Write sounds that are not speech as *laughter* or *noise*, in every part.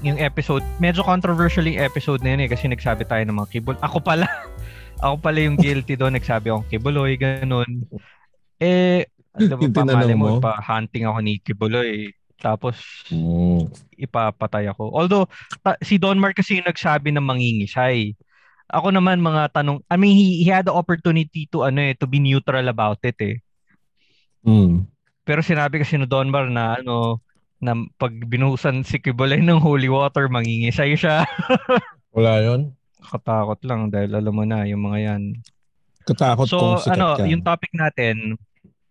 yung episode, medyo controversial yung episode na yun eh kasi nagsabi tayo ng mga kibol. Ako pala, *laughs* ako pala yung guilty doon, nagsabi akong kibuloy, ganun. Eh, ano Yung ba, tinanong pamali mo, mo? pa hunting ako ni kibuloy. Tapos, Mm. ipapatay ako. Although, ta- si Don Mark kasi yung nagsabi ng mangingisay. Ako naman mga tanong, I mean, he, he had the opportunity to ano eh, to be neutral about it eh. Mm. Pero sinabi kasi ni Don Mar na ano, na pag binuhusan si Kibolay ng holy water, mangingisay siya. Wala yun. Katakot lang dahil alam mo na yung mga yan. Katakot So kung sikat ano, ka. yung topic natin,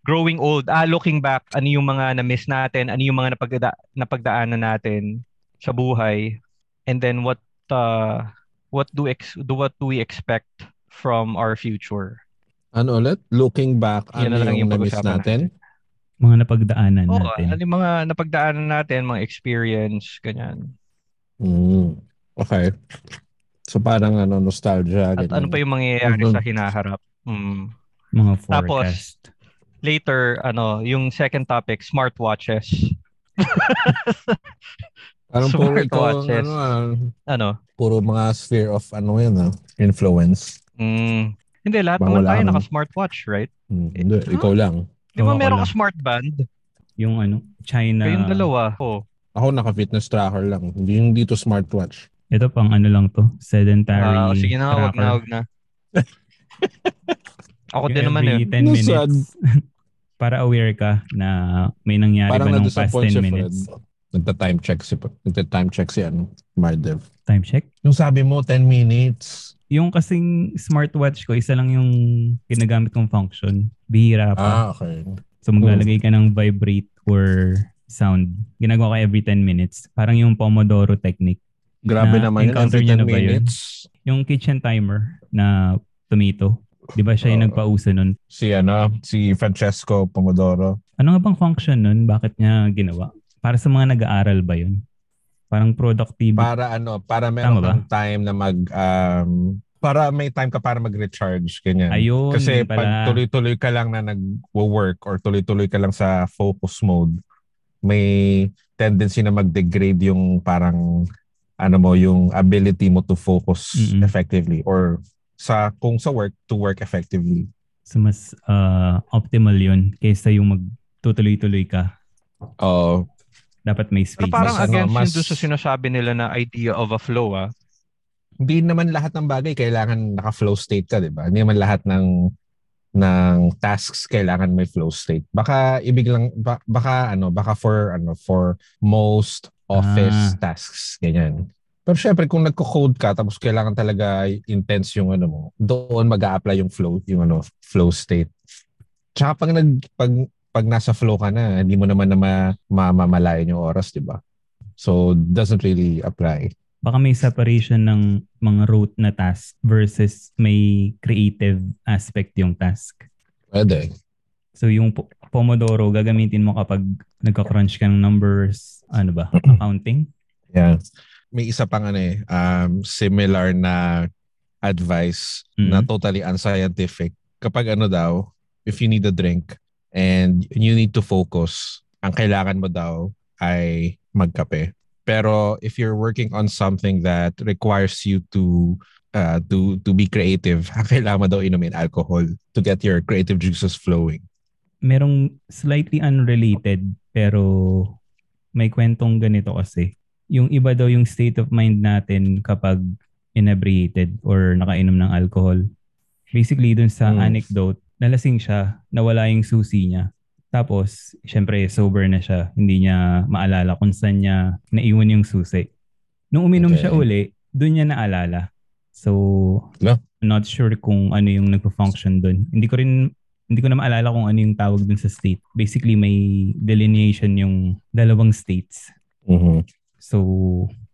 growing old, ah, looking back, ano yung mga na-miss natin, ano yung mga napagda- napagdaanan natin sa buhay, and then what uh, what do ex- do what do we expect from our future? Ano ulit? Looking back, Yan ano na lang yung yung, na-miss pag-usapan natin? Mga napagdaanan Oo, ano natin. yung mga napagdaanan natin, mga experience, ganyan. Mm. Okay. So parang ano, nostalgia. At ganyan. ano pa yung mangyayari Mhm. sa hinaharap. Mm. Mga Tapos, forecast. Later, ano, yung second topic, smartwatches. Parang puro ikaw, ang smartwatches. ano, ah, Ano? puro mga sphere of ano yun, ah, influence. Mm. Hindi, lahat Baka naman wala tayo ka naman. naka-smartwatch, right? Mm, Hindi, ikaw lang. Di ba Oo, meron ako ka smart band? Yung ano, China. Kayong dalawa. Oh. Oo. Ako naka-fitness tracker lang. Hindi yung dito smartwatch. Ito pang ano lang to, sedentary Ah, sige na, wag na, *laughs* tracker. wag na. Ako din Yung naman eh. every 10 No, minutes. *laughs* sad. para aware ka na may nangyari Parang ba nung past na-disappoint si 10 Fred. minutes. Nagta-time check si, nagta-time check si ano, Mardev. Time check. Yung sabi mo, 10 minutes. Yung kasing smartwatch ko, isa lang yung ginagamit kong function. Bihira pa. Ah, oh. okay. so maglalagay ka ng vibrate or sound. Ginagawa ko every 10 minutes. Parang yung Pomodoro technique. Grabe Na- naman yun. encounter Every niyo 10 na ba yun? minutes. Yung kitchen timer na tomato. Di ba siya Oo. yung nagpauso nun? Si ano, si Francesco Pomodoro. Ano nga bang function nun? Bakit niya ginawa? Para sa mga nag-aaral ba yun? Parang productive. Para ano, para meron Tama ba? kang time na mag, um, para may time ka para mag-recharge, ganyan. Ayun, Kasi yun pala. pag tuloy-tuloy ka lang na nag-work or tuloy-tuloy ka lang sa focus mode, may tendency na mag-degrade yung parang ano mo yung ability mo to focus Mm-mm. effectively or sa kung sa work to work effectively. So mas ah, optimal yun kaysa yung magtutuloy-tuloy ka. Oo. Dapat may space. Pero parang mas ano, against mas- yun doon sa sinasabi nila na idea of a flow ah. hindi naman lahat ng bagay kailangan naka-flow state ka, 'di ba? Hindi naman lahat ng ng tasks kailangan may flow state. Baka ibig lang ba- baka ano, baka for ano for most office Ah. tasks ganyan. Pero syempre kung nagko-code ka tapos kailangan talaga intense yung ano mo, doon mag-a-apply yung flow, yung ano, flow state. Tsaka pag nag pag, pag nasa flow ka na, hindi mo naman na ma- mamamalayan yung oras, 'di ba? So doesn't really apply. Baka may separation ng mga rote na task versus may creative aspect yung task. Pwede. So yung po- Pomodoro, gagamitin mo kapag nagka-crunch ka ng numbers, ano *clears throat* ba, accounting? Yeah. May isa pang ano eh, um, similar na advice Mhm. na totally unscientific. Kapag ano daw, if you need a drink and you need to focus, ang kailangan mo daw ay magkape. Pero if you're working on something that requires you to uh, to to be creative, *laughs* ang kailangan mo daw inumin alcohol to get your creative juices flowing. merong slightly unrelated pero may kwentong ganito kasi. Yung iba daw yung state of mind natin kapag inebriated or nakainom ng alcohol. Basically, dun sa Mm. anecdote, nalasing siya, nawala yung susi niya. Tapos, syempre, sober na siya. Hindi niya maalala kung saan niya naiwan yung susi. Nung uminom Okay. siya uli, dun niya naalala. So, Yeah. not sure kung ano yung nagpa-function dun. Hindi ko rin hindi ko na maalala kung ano yung tawag dun sa state. Basically, may delineation yung dalawang states. So,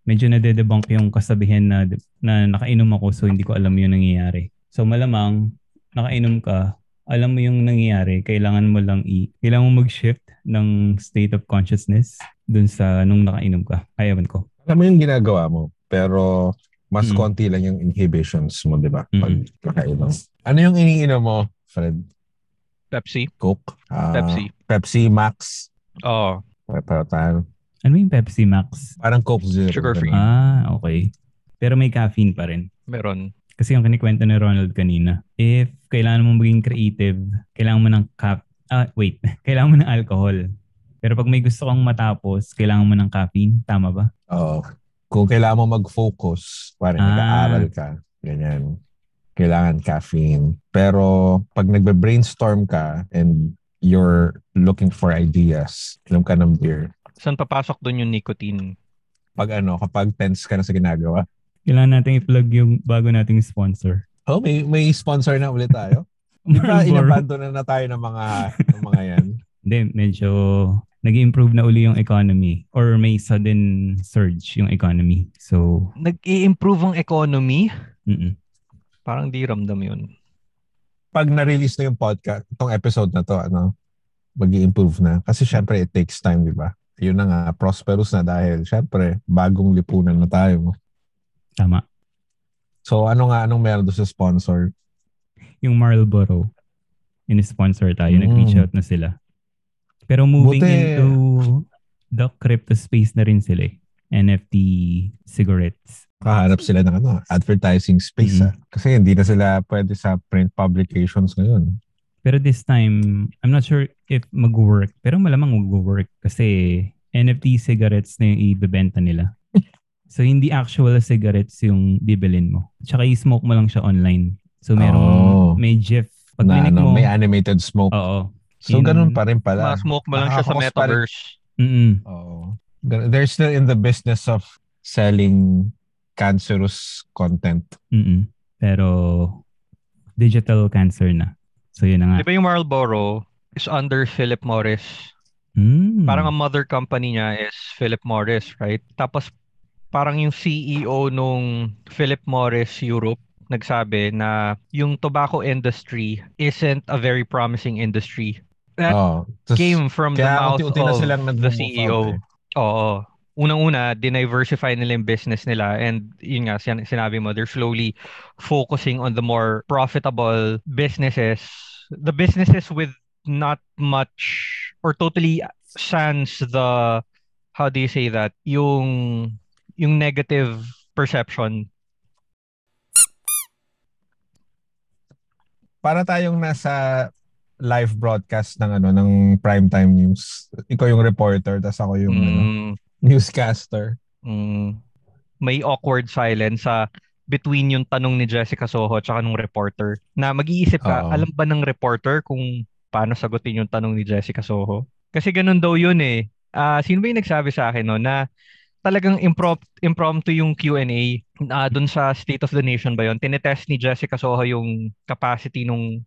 medyo nadedebunk yung kasabihan na, na nakainom ako so hindi ko alam yung nangyayari. So, malamang, nakainom ka, alam mo yung nangyayari, kailangan mo lang i... Kailangan mo mag-shift ng state of consciousness dun sa nung nakainom ka. Ay, ewan ko. Alam mo yung ginagawa mo, pero mas Mm. konti lang yung inhibitions mo, di ba? Pag Mm. kakainom. Ano yung iniinom mo, Fred? Pepsi. Coke? Ah, Pepsi. Pepsi Max? Oo. Para- Para tayo. Ano yung Pepsi Max? Parang Coke Zero. Sugar-free. ganun. Ah, okay. Pero may caffeine pa rin. Meron. Kasi yung kinikwento ni Ronald kanina, if kailangan mong maging creative, kailangan mo ng cap... Ah, wait. *laughs* kailangan mo ng alcohol. Pero pag may gusto kang matapos, kailangan mo ng caffeine. Tama ba? Oo. Kung kailangan mo mag-focus, parang Ah. nag-aaral ka, ganyan. Kailangan caffeine. Pero pag nagbe-brainstorm ka and you're looking for ideas, inom ka ng beer. Saan papasok doon yung nicotine? Pag ano, kapag tense ka na sa ginagawa, Kailangan natin i-plug yung bago nating sponsor. oh, may, may sponsor na ulit tayo. Di ba *laughs* Marlboro. inabando na na tayo ng mga, ng mga yan? Hindi, medyo nag-improve na uli yung economy or may sudden surge yung economy. So, Nag-i-improve ang economy? mm Parang di ramdam yun. Pag na-release na yung podcast, itong episode na to, ano, mag improve na. Kasi syempre, it takes time, di ba? Yun na nga, prosperous na dahil syempre, bagong lipunan na tayo. tama. So ano nga anong meron doon sa sponsor? Yung Marlboro, in-sponsor tayo. Mm. Nag-reach out na sila. Pero moving Buti. into the crypto space na rin sila eh. NFT cigarettes. Kahanap sila ng ano, advertising space. Mhm. ah. Kasi hindi na sila pwede sa print publications ngayon. Pero this time, I'm not sure if mag-work. Pero malamang mag-work kasi NFT cigarettes na yung ibebenta nila. *laughs* so, hindi actual cigarettes yung bibilin mo. Tsaka i-smoke mo lang siya online. So, merong, Oh. may GIF. Pag na clinic ano, mo, may animated smoke. oo. so yun- ganun pa rin pala. Ma-smoke mo lang siya sa Nakakakos pa rin. metaverse. Mm-mm. Oo. Gan- They're still in the business of selling cancerous content. mm Pero, digital cancer na. So, yun na nga. Di ba yung Marlboro is under Philip Morris? Mm. Parang Hmm. ang mother company niya is Philip Morris, right? Tapos parang yung CEO nung Philip Morris Europe nagsabi na yung tobacco industry isn't a very promising industry. That Oo. Tas- Came from the kaya mouth unti-unti na of silang the E nag-move out CEO. eh. Oo. Unang-una, diniversify nila yung business nila and yun nga, sin- sinabi mo, they're slowly focusing on the more profitable businesses. The businesses with not much or totally sans the, how do you say that, yung, yung negative perception. Para tayong nasa live broadcast ng ano ng primetime news. Ikaw yung reporter, tas ako yung ano, Mm, newscaster. mm, may awkward silence sa between yung tanong ni Jessica Soho tsaka nung reporter na mag-iisip ka, Oo. alam ba ng reporter kung paano sagutin yung tanong ni Jessica Soho? Kasi ganun daw yun eh. Ah, sino ba yung nagsabi sa akin no, na talagang improm- impromptu yung Q&A ah, dun sa State of the Nation ba yun? Tinetest ni Jessica Soho yung capacity nung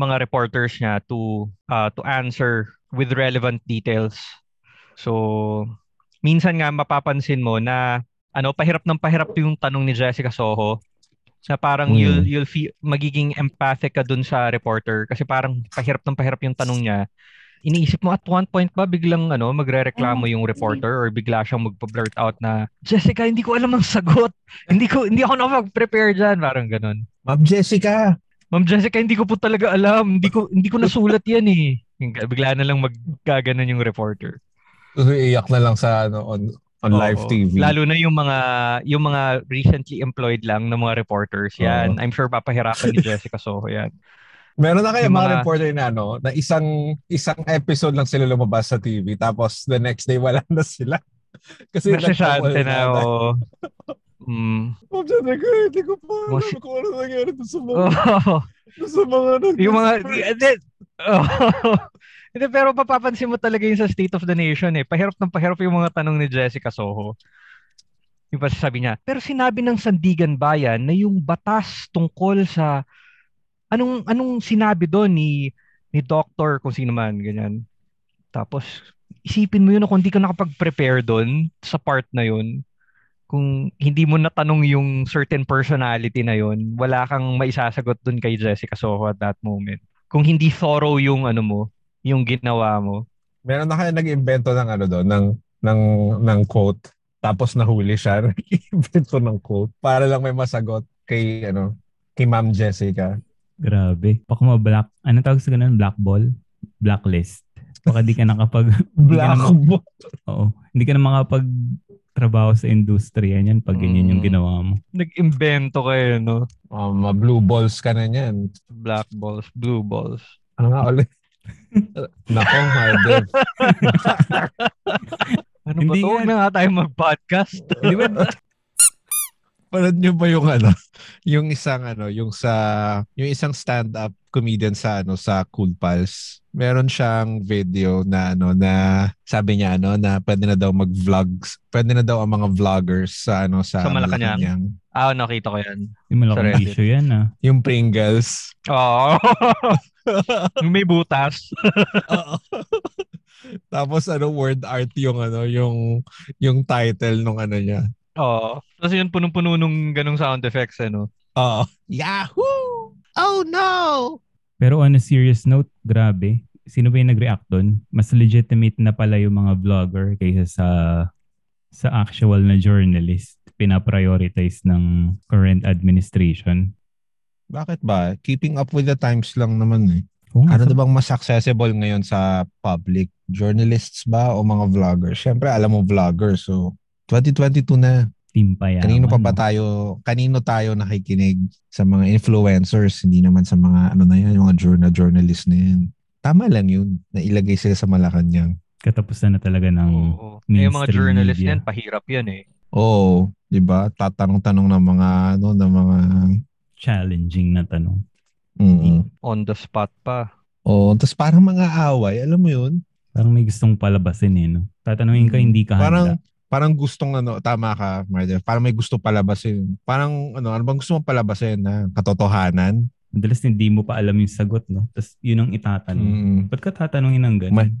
mga reporters niya to ah, to answer with relevant details. So, minsan nga mapapansin mo na ano pahirap ng pahirap yung tanong ni Jessica Soho na parang Hmm. you'll you'll feel, magiging empathic ka dun sa reporter kasi parang pahirap ng pahirap yung tanong niya. Iniisip mo at one point ba biglang ano magrereklamo yung reporter or bigla siyang magpa-blurt out na Jessica hindi ko alam ang sagot. Hindi ko hindi ako nakapag-prepare diyan parang ganun. Ma'am Jessica! Ma'am Jessica, hindi ko po talaga alam. Hindi ko *laughs* hindi ko nasulat 'yan eh. Yung- Bigla na lang magkaganon yung reporter. Iiyak na lang sa ano, on, on Oo. live TV. Lalo na yung mga yung mga recently employed lang ng mga reporters. Yan, I'm sure papahirapan *laughs* ni Jessica Soho yan. Meron na kaya Yung mga, mga- reporter na ano, na isang isang episode lang sila lumabas sa TV tapos the next day wala na sila. *laughs* Kasi Nagsasante nagpo-pulse na tayo. o. Mm. Ma'am Jessica, hindi ko pa alam Mas- kung ano nangyari doon sa mga, Oo. doon sa mga nag- Oh. yung mga hindi, Oo. *laughs* Hindi, pero papapansin mo talaga yung sa State of the Nation eh. Pahirap ng pahirap yung mga tanong ni Jessica Soho. Yung pasasabi niya, pero sinabi ng Sandigan Bayan na yung batas tungkol sa anong anong sinabi doon ni ni doctor kung sino man ganyan. Tapos isipin mo yun kung hindi ka nakapag-prepare doon sa part na yun. Kung hindi mo natanong yung certain personality na yun, wala kang maisasagot doon kay Jessica Soho at that moment kung hindi thorough yung ano mo, yung ginawa mo. Meron na kaya nag-invento ng ano doon, ng, ng, ng quote. Tapos nahuli siya, *laughs* nag-invento ng quote para lang may masagot kay, ano, kay Ma'am Jessica. Grabe. Baka mga black, ano tawag sa ganun? Black ball? Blacklist. Baka di ka nakapag... *laughs* hindi ka Black na ma- box. oo. Hindi ka na makapag-trabaho sa industriya niyan pag ganyan yung Mm. ginawa mo. Nag-invento kayo, no? Oh, ma-blue balls ka na niyan. Black balls, blue balls. Ah. Ano nga ulit? Nako, Hardev. Ano Hindi ba to? nga. Huwag na nga tayo mag-podcast. Di ba? Panood niyo ba yung ano? Yung isang ano, yung sa yung isang stand-up comedian sa ano sa Cool Pals. Meron siyang video na ano na sabi niya ano na pwede na daw mag-vlogs. Pwede na daw ang mga vloggers sa ano sa, Sa Malacanang. Ah, nakita ko yan. Yung malaking Sorry. issue yan ah. Yung *laughs* Pringles. *laughs* Oo. Ah. Yung may butas. Oo. *laughs* Tapos ano word art yung ano yung yung title nung ano niya. Oo. Ah. Tapos yun, punong-puno nung ganong sound effects, ano? Oo. Yahoo! Oh no! Pero on a serious note, grabe. Sino ba yung nag-react doon? Mas legitimate na pala yung mga vlogger kaysa sa sa actual na journalist pinaprioritize ng current administration. Bakit ba? Keeping up with the times lang naman eh. Oo nga, Ano sa- na bang mas accessible ngayon sa public? Journalists ba o mga vloggers? Siyempre, alam mo vlogger. So, 2022 na. team pa yan. Kanino pa ano? ba tayo, kanino tayo nakikinig sa mga influencers? Hindi naman sa mga, ano na yan, yung mga journal, journalist na yan. Tama lang yun, na ilagay sila sa Malacanang. Katapusan na talaga ng... Oo. Eh, yung mga mainstream journalist media. yan, pahirap yan eh. Oo, oh, di ba? Tatanong-tanong ng mga, ano, ng mga, challenging na tanong. mm On the spot pa. Oo, tapos parang mga away, alam mo yun? Parang may gustong palabasin eh, no? Tatanungin ka, hindi ka Mm. Parang handa. parang gustong ano, tama ka, Marja. Parang may gusto palabasin. Parang ano, ano bang gusto mong palabasin na katotohanan? Madalas hindi mo pa alam yung sagot, no? Tapos yun ang itatanong. Mm. Ba't ka tatanungin ng ganun? Ma-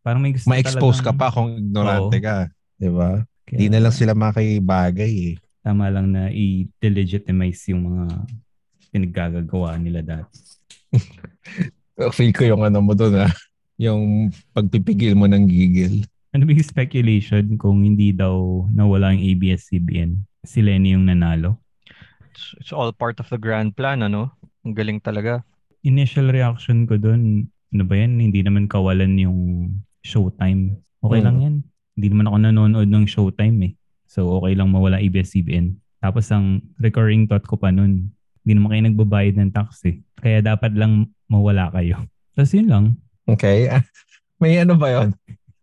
Parang may gusto Ma-expose ka talagang- pa kung ignorante Oo. ka, 'di ba? Kaya Hindi na lang sila makibagay eh. Tama lang na i-delegitimize yung mga pinaggagawa nila dati. Feel ko yung ano mo doon ah. Yung pagpipigil mo ng gigil. Ano ba yung speculation kung hindi daw nawala yung ABS-CBN? Si Lenny yung nanalo? It's, it's all part of the grand plan, ano? Ang galing talaga. Initial reaction ko doon, ano ba yan? Hindi naman kawalan yung showtime. Okay Hmm. lang yan. Hindi naman ako nanonood ng showtime eh. So okay lang mawala ABS-CBN. Tapos ang recurring thought ko pa noon, hindi naman kayo nagbabayad ng tax eh. Kaya dapat lang mawala kayo. *laughs* Tapos yun lang. Okay? *laughs* Ah, May ano ba 'yon?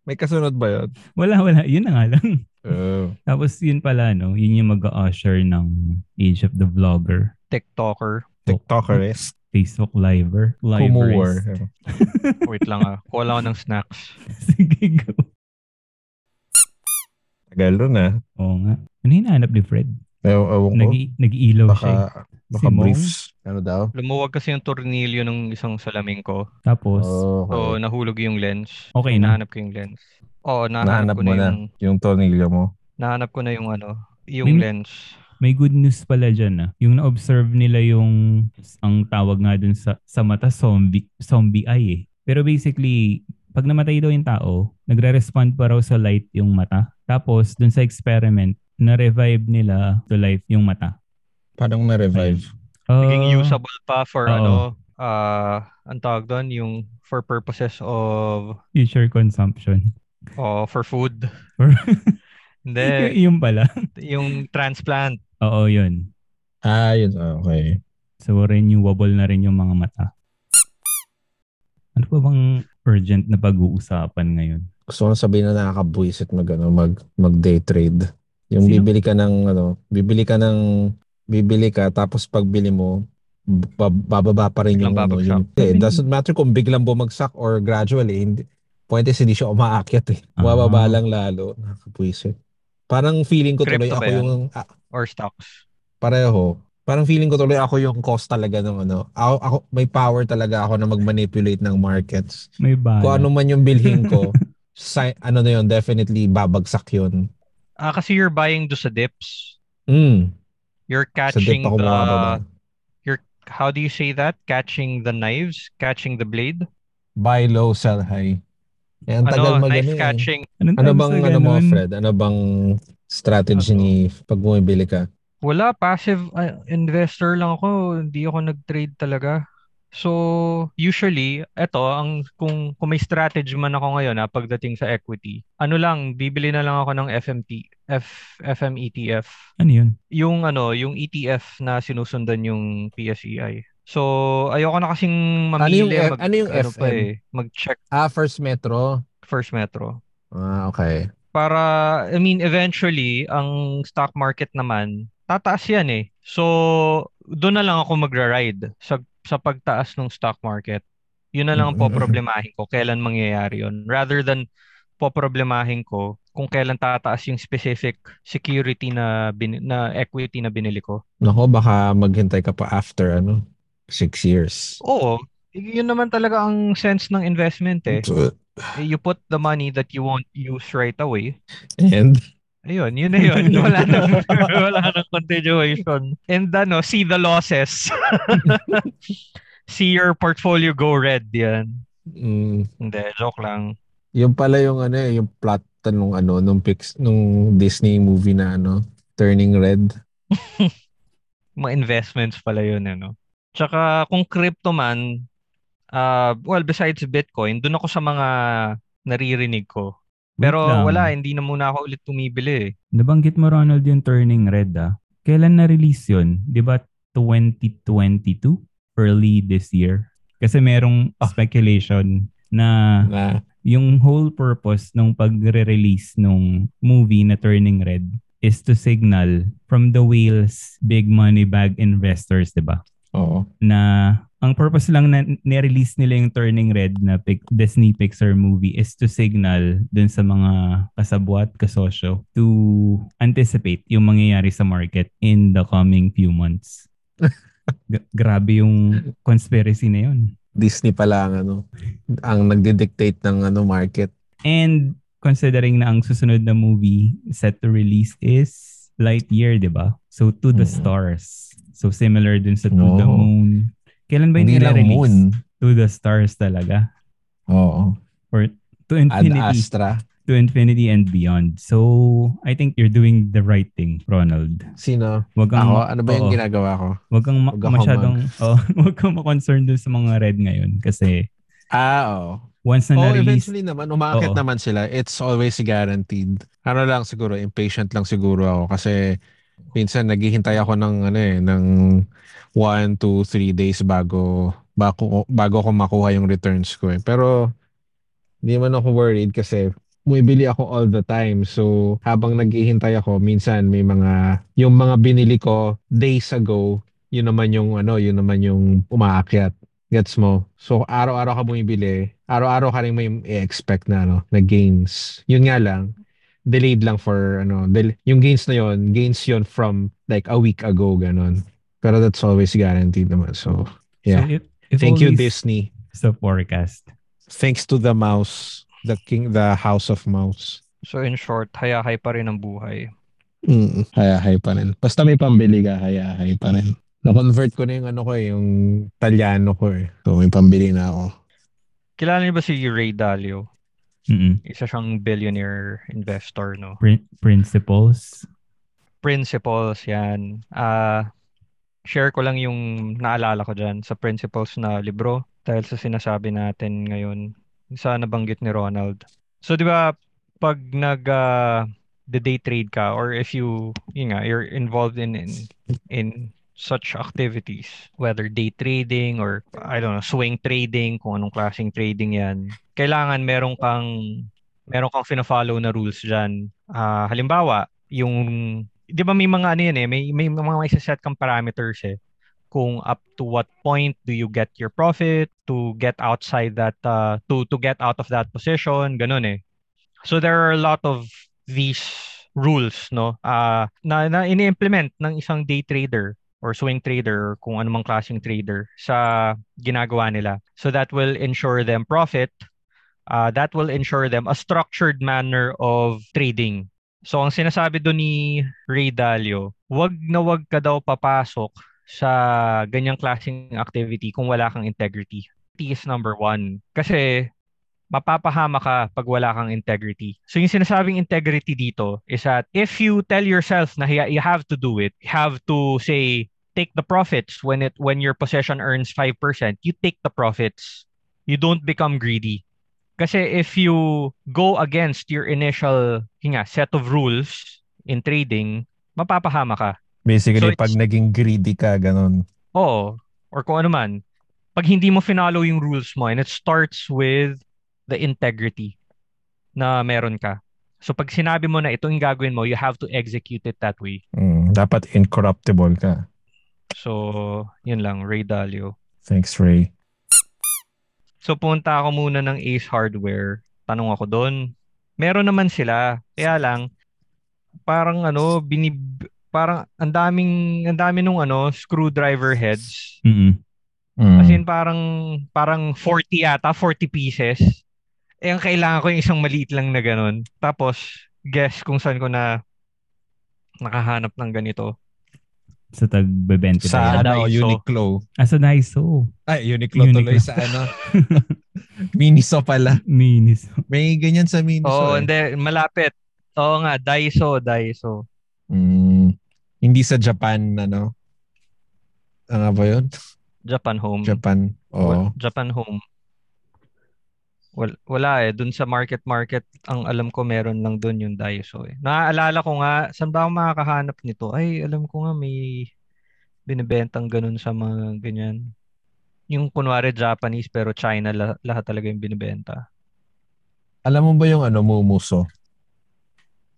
May kasunod ba 'yon? Wala, wala. Yun na nga lang. *laughs* Oh. Tapos yun pala, no? Yun yung mag-usher ng Age of the Vlogger. TikToker. TikTokerist. Facebook Liver. Liverist. Kumuwar. Wait lang ah. Kuha lang ako ng snacks. *laughs* Sige, go. Tagal nun ah. Oo nga. Ano hinahanap ni Fred? Ew- Ewan ko. Nag- nag-iilaw siya. eh. Baka, baka Si Mong? briefs. Ano daw? Lumuwag kasi yung tornilyo ng isang salamin ko. Tapos, Oh, So, okay. nahulog yung lens. Okay na. Nahanap ko yung lens. Oo, Nahanap nahanap, ko na mo na. yung... Yung tornilyo mo. Nahanap ko na yung ano, yung May- lens. may good news pala dyan. Ah. Yung na-observe nila yung, ang tawag nga dun sa, sa mata, zombie, zombie eye eh. Pero basically, pag namatay daw yung tao, nagre-respond pa raw sa light yung mata. Tapos, dun sa experiment, na-revive nila to life yung mata. Parang na-revive. Uh, Naging usable pa for oo. ano, ah ang tawag doon, yung for purposes of, Future consumption. *laughs* oh, for food. Or- Eh. *laughs* Hindi, yung pala. yung transplant. Oo, yun. Ah, yun. Ah, Okay. So, renewable na rin yung mga mata. Ano pa bang urgent na pag-uusapan ngayon? Gusto ko na sabihin na nakakabwisit mag, ano, mag, mag day trade. Yung Sino? bibili ka ng, ano, bibili ka ng, bibili ka, tapos pagbili mo, ba- bababa pa rin yung, Biglang ano, babagsak. yung, Eh, it doesn't matter kung biglang bumagsak or gradually, hindi, point is hindi siya umaakyat eh. Bababa Ah. lang lalo. Nakakabwisit. Parang feeling ko tuloy Crypto ako ba yan? yung, ah, or stocks. Pareho. Parang feeling ko tuloy ako yung cause talaga ng ano. Ako, ako may power talaga ako na magmanipulate ng markets. May balance. Kung ano man yung bilhin *laughs* ko, si- ano na yun, definitely babagsak yun. Ah, kasi you're buying do sa dips. Mm. You're Sa dip catching ako the, makababa. how do you say that? Catching the knives, catching the blade. Buy low, sell high. Eh, ang tagal Ano, mag knife ano eh. catching. Anong Ano tawag bang sa ano mo, ganun? Fred? Ano bang strategy Ano? ni pag bumibili ka? Wala, passive ah, investor lang ako. Hindi ako nag-trade talaga. So, usually, eto, ang, kung, kung may strategy man ako ngayon na pagdating sa equity, ano lang, bibili na lang ako ng FMT, F, FM ETF. Ano yun? Yung, ano, yung ETF na sinusundan yung PSEI. So, ayoko na kasing mamili. Ano yung F- ano yung pa FM? eh, mag-check Ah, first metro. First Metro. Ah, okay. para I mean eventually ang stock market naman tataas yan eh. So doon na lang ako magra-ride sa sa pagtaas ng stock market. Yun na lang ang Mm, mm, mm. poproblemahin ko kailan mangyayari yun rather than poproblemahin ko kung kailan tataas yung specific security na bin, na equity na binili ko. Nako, baka maghintay ka pa after ano, six years. Oo, yun naman talaga ang sense ng investment *laughs* eh. So, You put the money that you won't use right away And, Ayun, yun na *laughs* yun. Wala nang, *laughs* wala nang continuation. And ano, see the losses. *laughs* see your portfolio go red yan. mm, Hindi, joke lang. yung pala yung ano, eh, yung plot nung ano, nung, pix, nung Disney movie na ano, Turning Red. Mga investments pala yun, ano. Tsaka kung crypto man, uh, well, besides Bitcoin, dun ako sa mga naririnig ko. Wait Pero lang. wala, eh. hindi na muna ako ulit tumibili. eh. Nabanggit mo, Ronald, yung Turning Red, ah. Kailan na-release yun? Di ba 2022? Early this year? Kasi merong Ah. speculation na Na, yung whole purpose nung pagre-release nung movie na Turning Red is to signal from the whale's big money bag investors, di ba? oo. na ang purpose lang na nirelease nila yung Turning Red na pic- Disney Pixar movie is to signal dun sa mga kasabwat, kasosyo to anticipate yung mangyayari sa market in the coming few months. G- grabe yung conspiracy na yun. Disney pala ang ano, ang nagdi-dictate ng ano, market. And considering na ang susunod na movie set to release is Lightyear, di ba? So, To the Mm. Stars. So, similar dun sa To the Oo. Moon. Kailan ba Hindi yung lang nire-release? Moon. To the Stars talaga. Oo. To Ad Infinity. Astra. to infinity and beyond. So, I think you're doing the right thing, Ronald. Sino? Wag kang Ako? Ano ba yung oo, ginagawa ko? Wag kang ma- Huwag ako masyadong *laughs* oh, wag kang ma-concern dun sa mga red ngayon kasi Ah, oo. once oh, na na-release, eventually naman, umakit Oo. naman sila. It's always guaranteed. Ano lang siguro, impatient lang siguro ako kasi minsan naghihintay ako ng ano eh, ng 1 to 3 days bago bago, bago ko makuha yung returns ko eh. Pero hindi man ako worried kasi bumibili ako all the time. So habang naghihintay ako, minsan may mga yung mga binili ko days ago, yun naman yung ano, yun naman yung umaakyat. Gets mo? So, araw-araw ka bumibili, araw-araw ka rin may i-expect na, ano, na gains. Yun nga lang, delayed lang for, ano, del- yung gains na yon gains yon from like a week ago, ganon. Pero that's always guaranteed naman. So, yeah. so it, it thank you, always Disney. sa forecast. Thanks to the mouse, the king, the house of mouse. So in short, hayahay pa rin ang buhay. Mm, hayahay pa rin. Basta may pambili ka, hayahay pa rin. Na-convert ko na yung ano ko eh, yung Talyano ko eh. So, may pambili na ako. Kilala niyo ba si Ray Dalio? Mm-mm. Isa siyang billionaire investor, no? Prin- principles. principles yan. Ah, share ko lang yung naalala ko dyan sa principles na libro dahil sa sinasabi natin ngayon sa nabanggit ni Ronald. So 'di ba pag nag ah, the day trade ka or if you yun nga, you're involved in in, in such activities whether day trading or I don't know swing trading kung anong klaseng trading 'yan kailangan meron kang meron kang fina-follow na rules diyan ah halimbawa yung 'di ba may mga ano yan eh, may may mga may set kang parameters eh kung up to what point do you get your profit to get outside that uh, to to get out of that position ganun eh so there are a lot of these rules no ah na, na ini-implement ng isang day trader or swing trader or kung anumang klaseng trader sa ginagawa nila so that will ensure them profit ah that will ensure them a structured manner of trading So ang sinasabi doon ni Ray Dalio, wag na wag ka daw papasok sa ganyang klaseng activity kung wala kang integrity. T is number one. Kasi mapapahama ka pag wala kang integrity. So yung sinasabing integrity dito is that if you tell yourself na hi- you have to do it, you have to say, take the profits when it when your possession earns 5%, you take the profits. You don't become greedy. Kasi if you go against your initial yun nga, set of rules in trading, mapapahama ka. Basically, So, pag it's- naging greedy ka, ganun. Oo. Or kung ano man. Pag hindi mo finalo yung rules mo, and it starts with the integrity na meron ka. So pag sinabi mo na ito yung gagawin mo, you have to execute it that way. Mm, dapat incorruptible ka. So, yun lang, Ray Dalio. Thanks, Ray. So punta ako muna ng Ace Hardware. Tanong ako doon. Meron naman sila. Kaya lang parang ano, binib parang ang daming ang dami nung ano, screwdriver heads. Mm-mm. Mm. As in, parang, parang 40 yata, 40 pieces. Eh, ang kailangan ko yung isang maliit lang na ganun. Tapos, guess kung saan ko na nakahanap ng ganito. Sa tagbebenta. Sa sa ano, Daiso. Uniqlo. Ah, sa Daiso. Ay, Uniqlo, Uniqlo. tuloy sa ano. Miniso pala. Minis. May ganyan sa Miniso. Oo, oh, eh. hindi, malapit. Oo nga, Daiso, Daiso. Mm, hindi sa Japan, ano. Ano nga ba yun? Japan Home. Japan. Wa- Oo. Japan Home. Wal, wala eh. Dun sa Market Market, ang alam ko meron lang dun yung Daiso eh. Naaalala ko nga, saan ba ako makakahanap nito? Ay, alam ko nga may binibentang ganun sa mga ganyan. Yung kunwari Japanese pero China la- lahat talaga yung binibenta. Alam mo ba yung ano, Mumuso?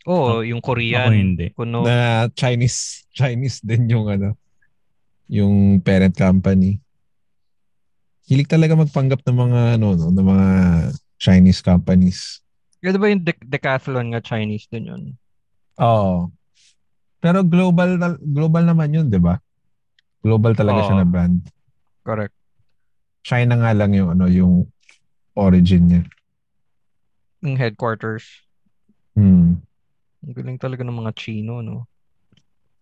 Oo, yung Ako Korean. hindi. Kuno, Na Chinese, Chinese din yung ano, yung parent company. Hilig talaga magpanggap ng mga ano, no, ng mga Chinese companies. Kaya ba yung Dec- Decathlon nga Chinese din yun? Oo. Pero global na- global naman yun, 'di ba? Global talaga Oo. siya na brand. Correct. China nga lang yung ano, yung origin niya. Yung headquarters. Hmm. Ang galing talaga ng mga Chino, no?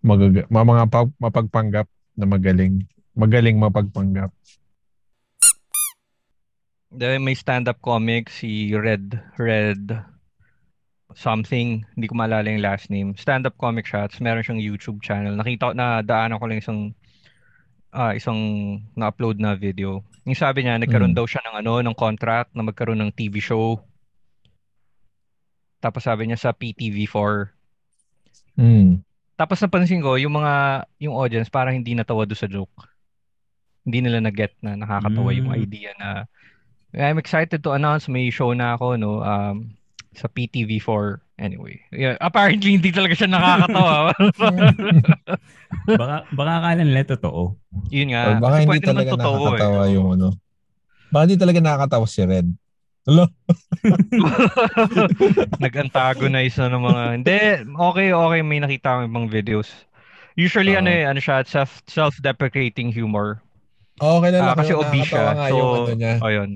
Magag- mga mga pa- mapagpanggap na magaling. Magaling mapagpanggap. Dahil may stand-up comic si Red, Red something, hindi ko maalala yung last name. Stand-up comic siya, tapos meron siyang YouTube channel. Nakita ko na daanan ko lang isang ah, isang na-upload na video. Yung sabi niya, nagkaroon Mm. daw siya ng ano, ng contract na magkaroon ng TV show. Tapos sabi niya sa PTV4. *laughs* Hmm. Tapos napansin ko, yung mga, yung audience, parang hindi natawa doon sa joke. Hindi nila na-get na nakakatawa yung Hmm. Mm. idea na, I'm excited to announce may show na ako, no, um, sa PTV4. Anyway, yeah, apparently hindi talaga siya nakakatawa. *laughs* Baka, baka akala nila totoo. Yun nga. Or baka Kasi hindi pwede naman talaga totoo, eh. nakakatawa yung ano. Baka hindi talaga nakakatawa si Red. Hello? *laughs* Nag-antagonize na ng mga, hindi, okay, okay, may nakita akong ibang videos. Usually, Oo. ano eh, ano siya, self, self-deprecating humor. Oo, Ah, kilala ko kasi yun. obese siya. Nakakatawa nga yung So- ano niya. O, yun.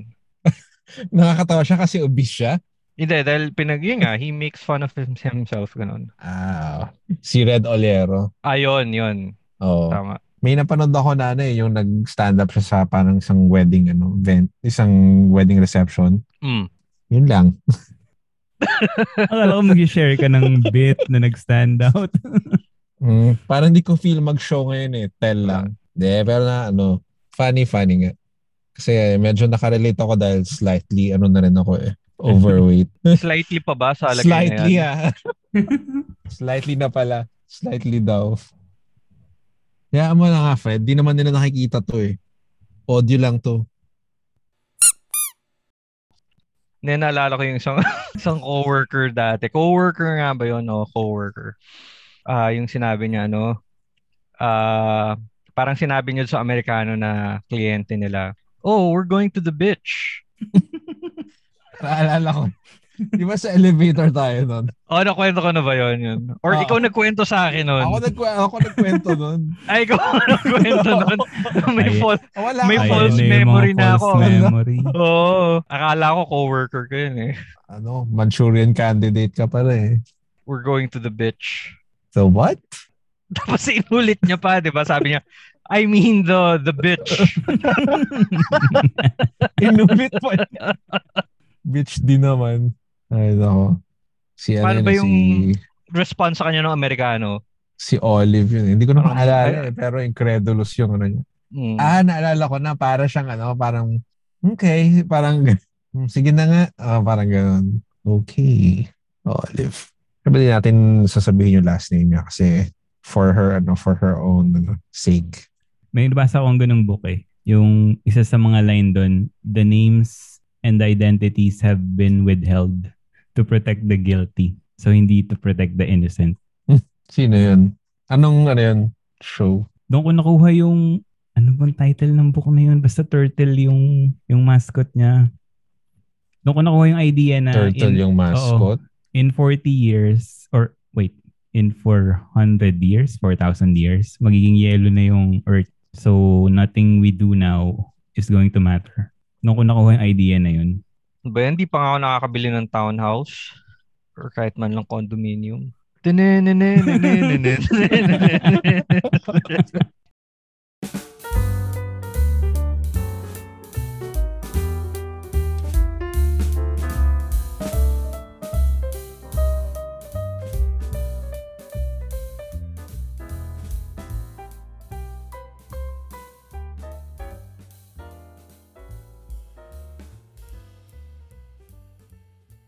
Nakakatawa siya kasi obese siya. Hindi, dahil pinag, yun nga, he makes fun of him- himself, ganun. Ah, si Red Olero. Ayun, yun. Oo. Tama. May napanood ako na ano eh, yung nag-stand up siya sa parang isang wedding ano, event, isang wedding reception. Mm. Yun lang. Akala ko mag-share ka ng bit na nag-stand out. Mm, parang hindi ko feel mag-show ngayon eh. Tell lang. De, pero na ano, funny, funny nga. Kasi medyo nakarelate ako dahil slightly ano na rin ako eh. Overweight. Slightly pa ba sa alagay slightly na yan? ah. *laughs* slightly na pala. Slightly daw. Kaya mo na nga Fred, di naman nila nakikita to eh. Audio lang to. Hindi, naalala ko yung isang, *laughs* isang coworker dati. Coworker nga ba yun? O, coworker. Ah, yung sinabi niya, ano, ah, parang sinabi niya sa Amerikano na kliyente nila, Oh, we're going to the bitch. Naalala ko. Di ba sa elevator tayo nun? Oh, nakwento ko na ba yun? yun? Or Oo. ikaw nagkwento sa akin nun? Ah. Ako, nagkwe- ako nagkwento nun. Ay, ikaw *laughs* nagkwento *laughs* nun. May Ay. fault. Ah, Wala May ka false yun. yun yung memory mga na false ako. memory. Oo. Akala ko coworker ko yun eh. Ano, Manchurian candidate ka pala eh. We're going to the bitch. *laughs* So what? Tapos inulit niya pa, 'di ba? Sabi niya, I mean the the bitch. Inulit pa niya. Bitch di naman. Ay, nako. Si ano Paano yun, ba eh, yung- si... Response sa kanya ng Amerikano. Si Olive yun. eh. Hindi ko Ah, na maalala eh, pero incredulous yung ano niya. Mm. Ah, naalala ko na para siyang ano, parang okay, parang "Hmm, sige na nga. Ah, parang ganun. Okay. Oh, Olive. Sabi din natin sasabihin yung last name niya kasi for her ano for her own ano, sake. May nabasa akong ganung book eh. Yung isa sa mga line doon, the names and identities have been withheld to protect the guilty. So hindi to protect the innocent. Sino yun? Anong ano yun? Show? Doon ko nakuha yung ano bang title ng book na yun? Basta turtle yung yung mascot niya. Doon ko nakuha yung idea na Turtle Ah, in, yung mascot. in 40 years or wait, in 400 years, 4,000 years, magiging yellow na yung earth. So nothing we do now is going to matter. Noon ko nakuha yung idea na yun. Ano ba yan? Di pa nga ako nakakabili ng townhouse or kahit man lang condominium. Tinenenenenenenenenenenen.